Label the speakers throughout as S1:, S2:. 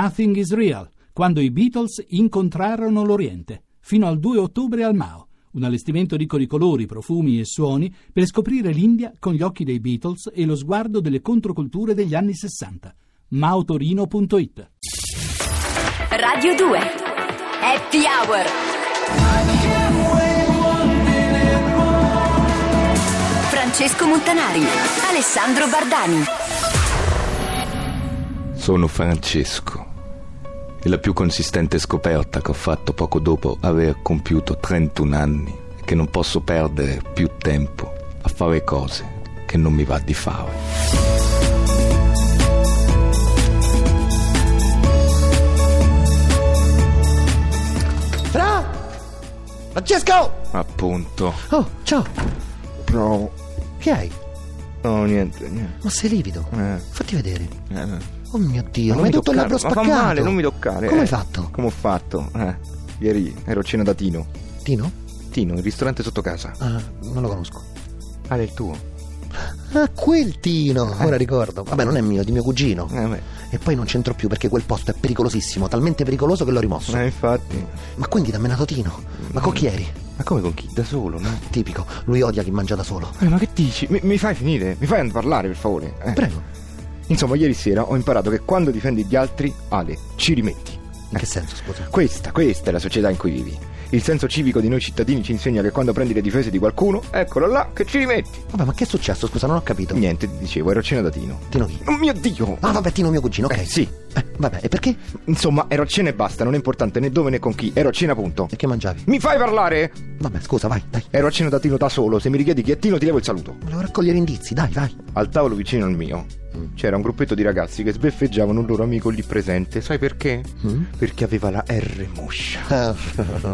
S1: Nothing is Real, quando i Beatles incontrarono l'Oriente, fino al 2 ottobre al Mao, un allestimento ricco di colori, profumi e suoni per scoprire l'India con gli occhi dei Beatles e lo sguardo delle controculture degli anni 60. maotorino.it
S2: Radio 2 Happy Hour Francesco Montanari Alessandro Bardani
S3: Sono Francesco. E la più consistente scoperta che ho fatto poco dopo aver compiuto 31 anni è che non posso perdere più tempo a fare cose che non mi va di fare.
S4: Fra! Francesco!
S3: Appunto.
S4: Oh, ciao!
S3: No,
S4: Che hai?
S3: no, niente, niente.
S4: Ma sei livido?
S3: Eh.
S4: Fatti vedere.
S3: Eh, no.
S4: Oh mio Dio,
S3: Ma
S4: ma
S3: non mi
S4: hai tutto il labbro
S3: toccare,
S4: spaccato!
S3: ma fa male, non mi toccare,
S4: Come hai
S3: eh.
S4: fatto?
S3: Come ho fatto? Eh, ieri ero a cena da Tino.
S4: Tino?
S3: Tino, il ristorante sotto casa.
S4: Ah, non lo conosco.
S3: Ah, del tuo.
S4: Ah, quel Tino! Ora ricordo. Vabbè, non è mio, è di mio cugino.
S3: Eh, beh.
S4: E poi non c'entro più perché quel posto è pericolosissimo, talmente pericoloso che l'ho rimosso.
S3: Eh, infatti.
S4: Ma quindi ti ha menato Tino? Ma con chi eri?
S3: Ma come con chi? Da solo, no?
S4: Tipico, lui odia chi mangia da solo.
S3: Eh, ma che dici? Mi, mi fai finire? Mi fai parlare, per favore? Eh.
S4: Prego,
S3: Insomma, ieri sera ho imparato che quando difendi gli altri, Ale, ci rimetti.
S4: in che senso, scusa?
S3: Questa, questa è la società in cui vivi. Il senso civico di noi cittadini ci insegna che quando prendi le difese di qualcuno, eccolo là, che ci rimetti.
S4: Vabbè, ma che è successo? Scusa, non ho capito.
S3: Niente, ti dicevo, ero a cena da Tino.
S4: Tino chi?
S3: Oh mio Dio!
S4: Ah, vabbè, Tino mio cugino, ok.
S3: Eh, sì.
S4: Eh, vabbè, e perché?
S3: Insomma, ero a cena e basta, non è importante né dove né con chi, ero a cena punto.
S4: E che mangiavi?
S3: Mi fai parlare?
S4: Vabbè, scusa, vai, dai.
S3: Ero a cena da Tino da solo, se mi richiedi chi è Tino ti levo il saluto.
S4: Volevo raccogliere indizi, dai, vai.
S3: Al tavolo vicino al mio c'era un gruppetto di ragazzi che sbeffeggiavano un loro amico lì presente, sai perché? Perché aveva la R moscia.
S4: Ah.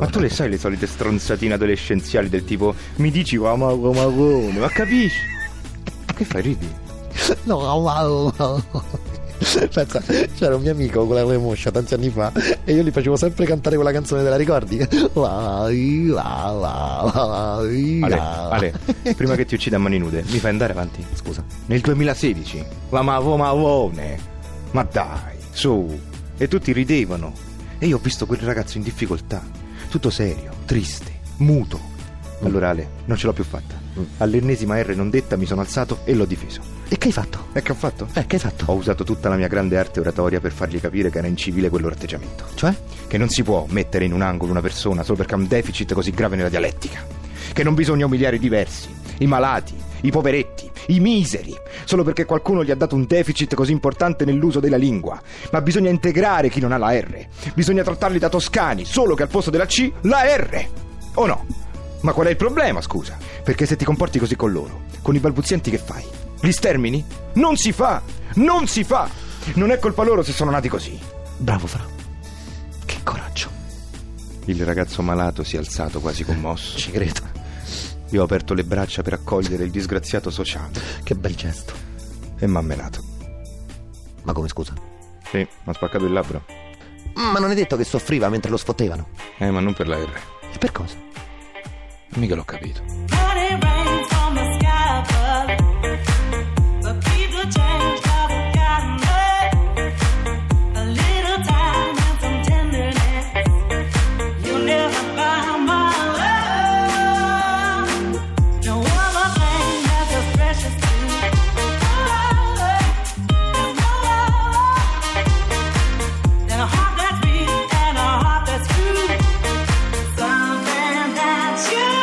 S3: Ma tu le sai le solite stronzatine adolescenziali del tipo mi dici ma come come, ma capisci? Ma Che fai ridi?
S4: No, wow. Pensa, c'era un mio amico con la Rue Moscia tanti anni fa e io gli facevo sempre cantare quella canzone, te la ricordi? Wow, wow, wow, wow,
S3: Ale,
S4: wow.
S3: Ale, prima che ti uccida a mani nude, mi fai andare avanti?
S4: Scusa.
S3: Nel 2016, la mavomavone. Ma dai, su. E tutti ridevano. E io ho visto quel ragazzo in difficoltà, tutto serio, triste, muto. Allora Ale, non ce l'ho più fatta. All'ennesima R non detta mi sono alzato e l'ho difeso.
S4: E che hai fatto?
S3: E che ho fatto?
S4: Eh, che hai fatto?
S3: Ho usato tutta la mia grande arte oratoria per fargli capire che era incivile quel loro atteggiamento.
S4: Cioè?
S3: Che non si può mettere in un angolo una persona solo perché ha un deficit così grave nella dialettica. Che non bisogna umiliare i diversi, i malati, i poveretti, i miseri, solo perché qualcuno gli ha dato un deficit così importante nell'uso della lingua. Ma bisogna integrare chi non ha la R. Bisogna trattarli da toscani, solo che al posto della C la R. O no? Ma qual è il problema, scusa? Perché se ti comporti così con loro, con i balbuzienti che fai? Li stermini? Non si fa! Non si fa! Non è colpa loro se sono nati così.
S4: Bravo, Fra. Che coraggio.
S3: Il ragazzo malato si è alzato quasi commosso.
S4: Ci credo.
S3: Io ho aperto le braccia per accogliere il disgraziato sociale
S4: Che bel gesto.
S3: e mi ha menato.
S4: Ma come scusa?
S3: Sì, mi ha spaccato il labbro.
S4: Ma non è detto che soffriva mentre lo sfottevano.
S3: Eh, ma non per la R.
S4: E per cosa?
S3: Mica l'ho capito.
S5: Money rain from the sky above, but people change how they got A little time and some tenderness, you'll never find my love. No other thing that's as precious to me. a heart that's beat and a heart that's true, something that you got to.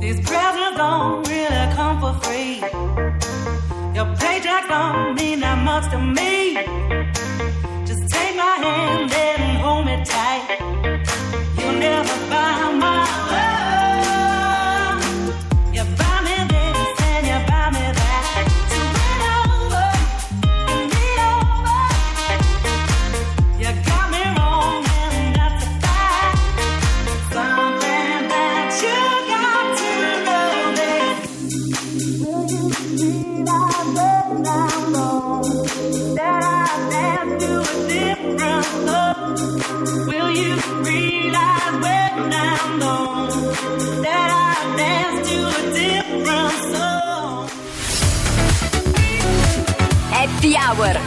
S5: These presents don't really come for free. Your paycheck don't mean that much to me. Just take my hand and hold me tight. You'll never find my love. You buy me this and you buy me that. So run over and be over. You got me wrong and that's a fact. Something that you got to know this. Will you realize when I'm gone that I dance to a different song?
S2: Happy Hour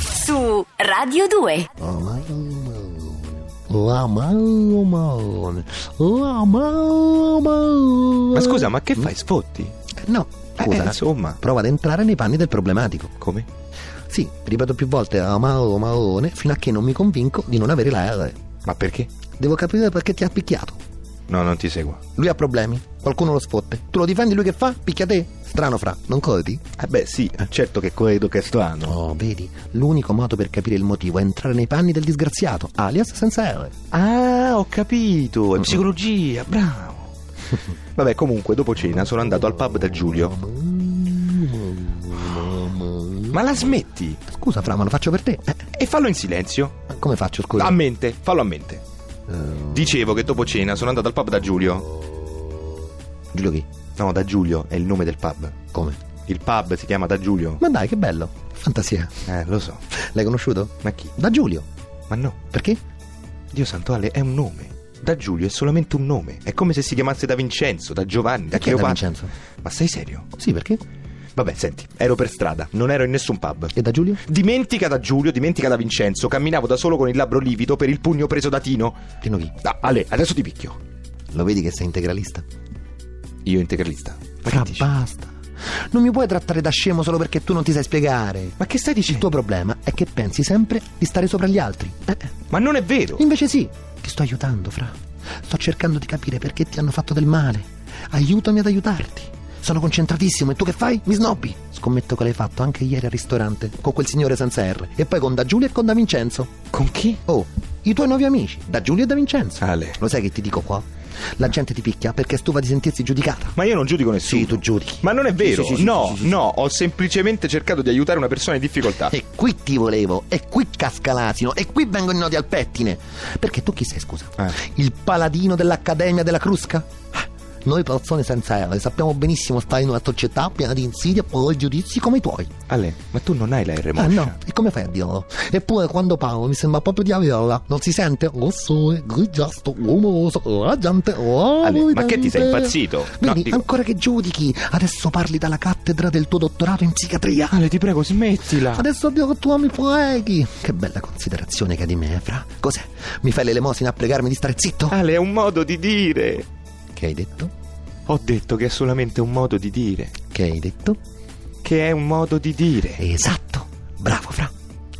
S2: su Radio 2.
S4: La Malone, la Malone.
S3: Ma scusa, ma che fai? Sfotti?
S4: No,
S3: Scusa,
S4: eh,
S3: insomma.
S4: Prova ad entrare nei panni del problematico.
S3: Come?
S4: Sì, ripeto più volte "Ah, oh, la Malone, Malone, fino a che non mi convinco di non avere la R.
S3: Ma perché?
S4: Devo capire perché ti ha picchiato.
S3: No, non ti seguo.
S4: Lui ha problemi, qualcuno lo sfotte. Tu lo difendi, lui che fa? Picchia te? Strano, fra, non colti?
S3: Eh beh, sì, certo che credo che sto anno.
S4: Oh, vedi, l'unico modo per capire il motivo è entrare nei panni del disgraziato, alias senza R.
S3: Ah, ho capito, è psicologia, bravo. Vabbè, comunque, dopo cena sono andato al pub da Giulio. Ma la smetti?
S4: Scusa, fra, ma lo faccio per te. Eh,
S3: E fallo in silenzio.
S4: ma come faccio, scusa? Eh,
S3: A mente, fallo a mente. Dicevo che dopo cena sono andato al pub da Giulio.
S4: Giulio chi?
S3: No, da Giulio è il nome del pub.
S4: Come?
S3: Il pub si chiama da Giulio.
S4: Ma dai, che bello. Fantasia.
S3: Eh, lo so.
S4: L'hai conosciuto?
S3: Ma chi?
S4: Da Giulio.
S3: Ma no,
S4: Perché?
S3: Dio santo Ale è un nome. Da Giulio è solamente un nome. È come se si chiamasse da Vincenzo, da Giovanni, da
S4: Perché da
S3: Cleopatra.
S4: Vincenzo?
S3: Ma sei serio?
S4: Sì, perché?
S3: Vabbè, senti, ero per strada, non ero in nessun pub.
S4: E da Giulio?
S3: Dimentica da Giulio, dimentica da Vincenzo, camminavo da solo con il labbro livido per il pugno preso da Tino.
S4: Tino chi?
S3: Ah, Ale, adesso ti picchio.
S4: Lo vedi che sei integralista?
S3: Io integralista. Ma che
S4: Fra,
S3: dici?
S4: basta. Non mi puoi trattare da scemo solo perché tu non ti sai spiegare.
S3: Ma che stai
S4: Il
S3: dicendo?
S4: tuo problema è che pensi sempre di stare sopra gli altri. Eh, eh.
S3: Ma non è vero!
S4: Invece sì, ti sto aiutando, Fra. Sto cercando di capire perché ti hanno fatto del male. Aiutami ad aiutarti. Sono concentratissimo e tu che fai? Mi snobbi. Scommetto che l'hai fatto anche ieri al ristorante, con quel signore senza R. E poi con Da Giulio e con Da Vincenzo.
S3: Con chi? Ah.
S4: Oh, i tuoi nuovi amici, Da Giulio e Da Vincenzo.
S3: Ale.
S4: Lo sai che ti dico qua? La gente ti picchia perché è stufa di sentirsi giudicata.
S3: Ma io non giudico nessuno.
S4: Sì, tu giudichi.
S3: Ma non è vero.
S4: Sì, sì, sì,
S3: no,
S4: sì, Eh, sì, sì.
S3: no, ho semplicemente cercato di aiutare una persona in difficoltà.
S4: E qui ti volevo, e qui casca l'asino, e qui vengono i nodi al pettine. Perché tu chi sei, scusa?
S3: Eh.
S4: Il paladino dell'Accademia della Crusca? Ah, Noi persone senza R sappiamo benissimo stare in una società piena di insidie e giudizi come i tuoi.
S3: Ale, ma tu non hai la R
S4: Ah no, e come fai a dirlo? Eppure quando parlo mi sembra proprio di averla. Non si sente? Rossore, grigiastro, rumoroso, raggiante,
S3: Ale,
S4: Ale,
S3: ma che ti sei impazzito? No,
S4: Vedi,
S3: dico-
S4: ancora che giudichi, adesso parli dalla cattedra del tuo dottorato in psichiatria.
S3: Ale, ti prego, smettila.
S4: Adesso addirittura mi preghi. Che bella considerazione che hai di me, eh, Fra. Cos'è? Mi fai l'elemosina a pregarmi di stare zitto?
S3: Ale, è un modo di dire.
S4: Che hai detto?
S3: Ho detto che è solamente un modo di dire.
S4: Che hai detto?
S3: Che è un modo di dire.
S4: Esatto. Bravo, Fra.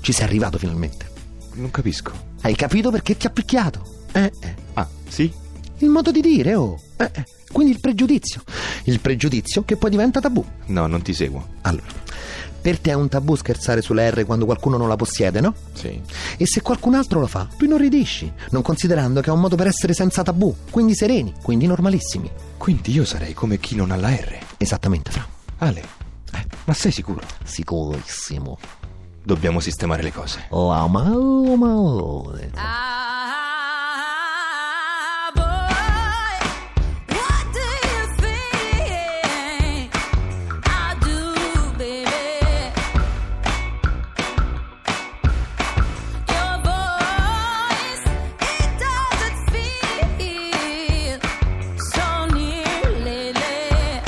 S4: Ci sei arrivato finalmente.
S3: Non capisco.
S4: Hai capito perché ti ha picchiato? Eh, eh.
S3: Ah, sì?
S4: Il modo di dire, oh. Eh, eh. Quindi il pregiudizio. Il pregiudizio che poi diventa tabù.
S3: No, non ti seguo.
S4: Allora, per te è un tabù scherzare sulla R quando qualcuno non la possiede, no?
S3: Sì.
S4: E se qualcun altro lo fa, tu inorridisci, non considerando che è un modo per essere senza tabù, quindi sereni, quindi normalissimi.
S3: Quindi io sarei come chi non ha la R.
S4: Esattamente, Fra.
S3: Ale, eh, ma sei sicuro?
S4: Sicurissimo. Oh,
S3: Dobbiamo sistemare le cose.
S4: La malone.
S5: Ah, boy, what do you think I do, baby? Your voice, it doesn't feel so near lately.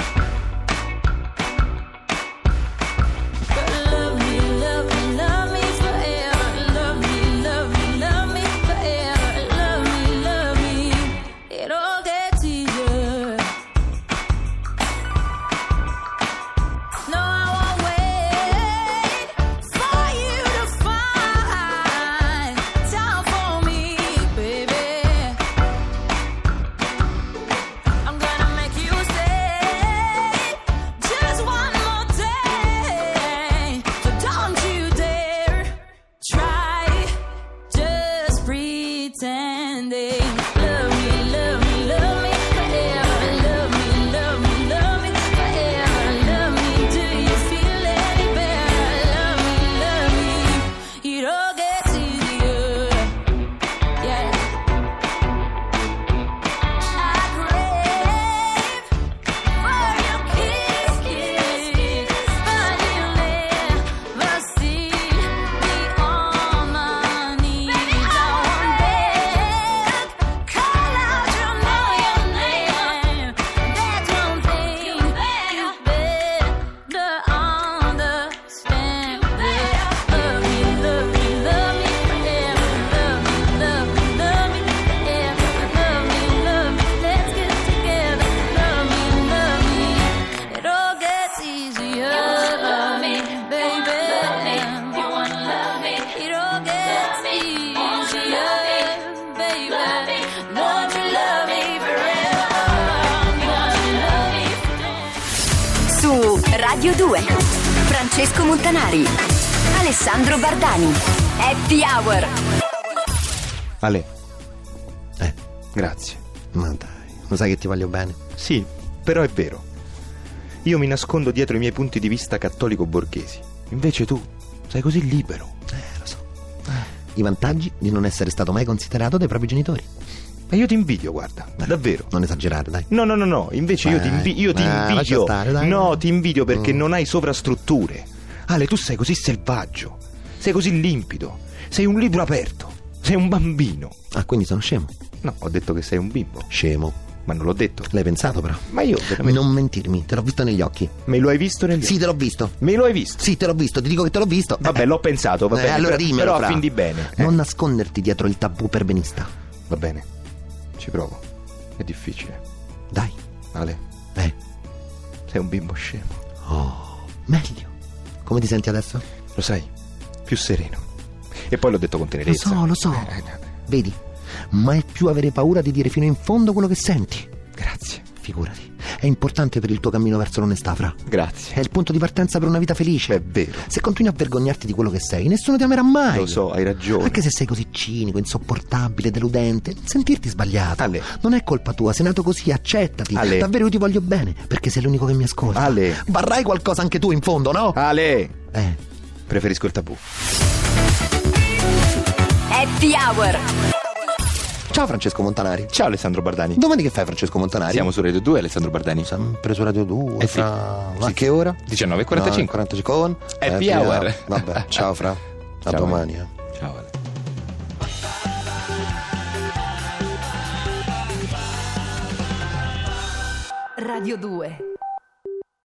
S5: Love me, love me, love me forever. Love me, love me, love me forever. Lord, you love me forever. God, you
S2: Su
S5: love me
S2: Radio 2 Francesco Montanari Alessandro Bardani Happy Hour
S3: Ale,
S4: Eh,
S3: grazie.
S4: ma dai, lo sai che ti voglio bene.
S3: Sì, però è vero. Io mi nascondo dietro i miei punti di vista cattolico-borghesi. Invece tu sei così libero.
S4: Eh, lo so. Eh, I vantaggi di non essere stato mai considerato dai propri genitori.
S3: Ma io ti invidio, guarda, davvero.
S4: Non esagerare, dai.
S3: No, no, no, no, invece io ti,
S4: Dai.
S3: invi- io ti
S4: Eh, lascia
S3: invidio.
S4: stare, dai.
S3: no, ti invidio perché
S4: Mm.
S3: non hai sovrastrutture. Ale, tu sei così selvaggio, sei così limpido, sei un libro aperto, sei un bambino.
S4: Ah, quindi sono scemo.
S3: No, ho detto che sei un bimbo,
S4: Scemo.
S3: ma non l'ho detto.
S4: L'hai pensato però.
S3: Ma io veramente...
S4: Non mentirmi, te l'ho visto negli occhi.
S3: Me lo hai visto nel...
S4: Sì, te l'ho visto.
S3: Me lo hai visto?
S4: Sì, te l'ho visto, ti dico che te l'ho visto.
S3: Vabbè, l'ho pensato, va
S4: Eh,
S3: bene.
S4: allora
S3: però-
S4: dimmelo,
S3: Però
S4: fra.
S3: a fin di bene. eh.
S4: Non nasconderti dietro il tabù perbenista.
S3: Va bene, ci provo. È difficile.
S4: Dai.
S3: Ale,
S4: Eh.
S3: sei un bimbo scemo.
S4: Oh, meglio. Come ti senti adesso?
S3: Lo sai, più sereno. E poi l'ho detto con
S4: Lo
S3: tenerezza.
S4: so, lo so.
S3: Eh, eh,
S4: Vedi? Mai più avere paura di dire fino in fondo quello che senti.
S3: Grazie,
S4: Figurati. È importante per il tuo cammino verso l'onestà, fra. È
S3: grazie.
S4: il punto di partenza per una vita felice.
S3: È vero.
S4: Se continui a vergognarti di quello che sei, nessuno ti amerà mai.
S3: Lo so, hai ragione.
S4: Anche se sei così cinico, insopportabile, deludente, non sentirti sbagliato.
S3: Ale.
S4: Non è colpa tua, sei nato così, accettati.
S3: Ale.
S4: Davvero io ti voglio bene, perché sei l'unico che mi ascolta.
S3: Ale. Ah.
S4: Varrai qualcosa anche tu in fondo, no?
S3: Ale,
S4: Eh.
S3: preferisco il tabù.
S2: Happy Hour
S4: Ciao Francesco Montanari.
S3: Ciao Alessandro Bardani.
S4: Domani che fai Francesco Montanari?
S3: Siamo su Radio 2, Alessandro Bardani.
S4: sempre su mm, Radio 2.
S3: Eh sì.
S4: fra-
S3: Sì.
S4: A che ora?
S3: 19.45.
S4: No, 45 con
S3: Happy hour.
S4: Vabbè, ciao Fra. A
S3: Eh, Ciao.
S4: domani. eh.
S3: Ciao Ale.
S2: Radio 2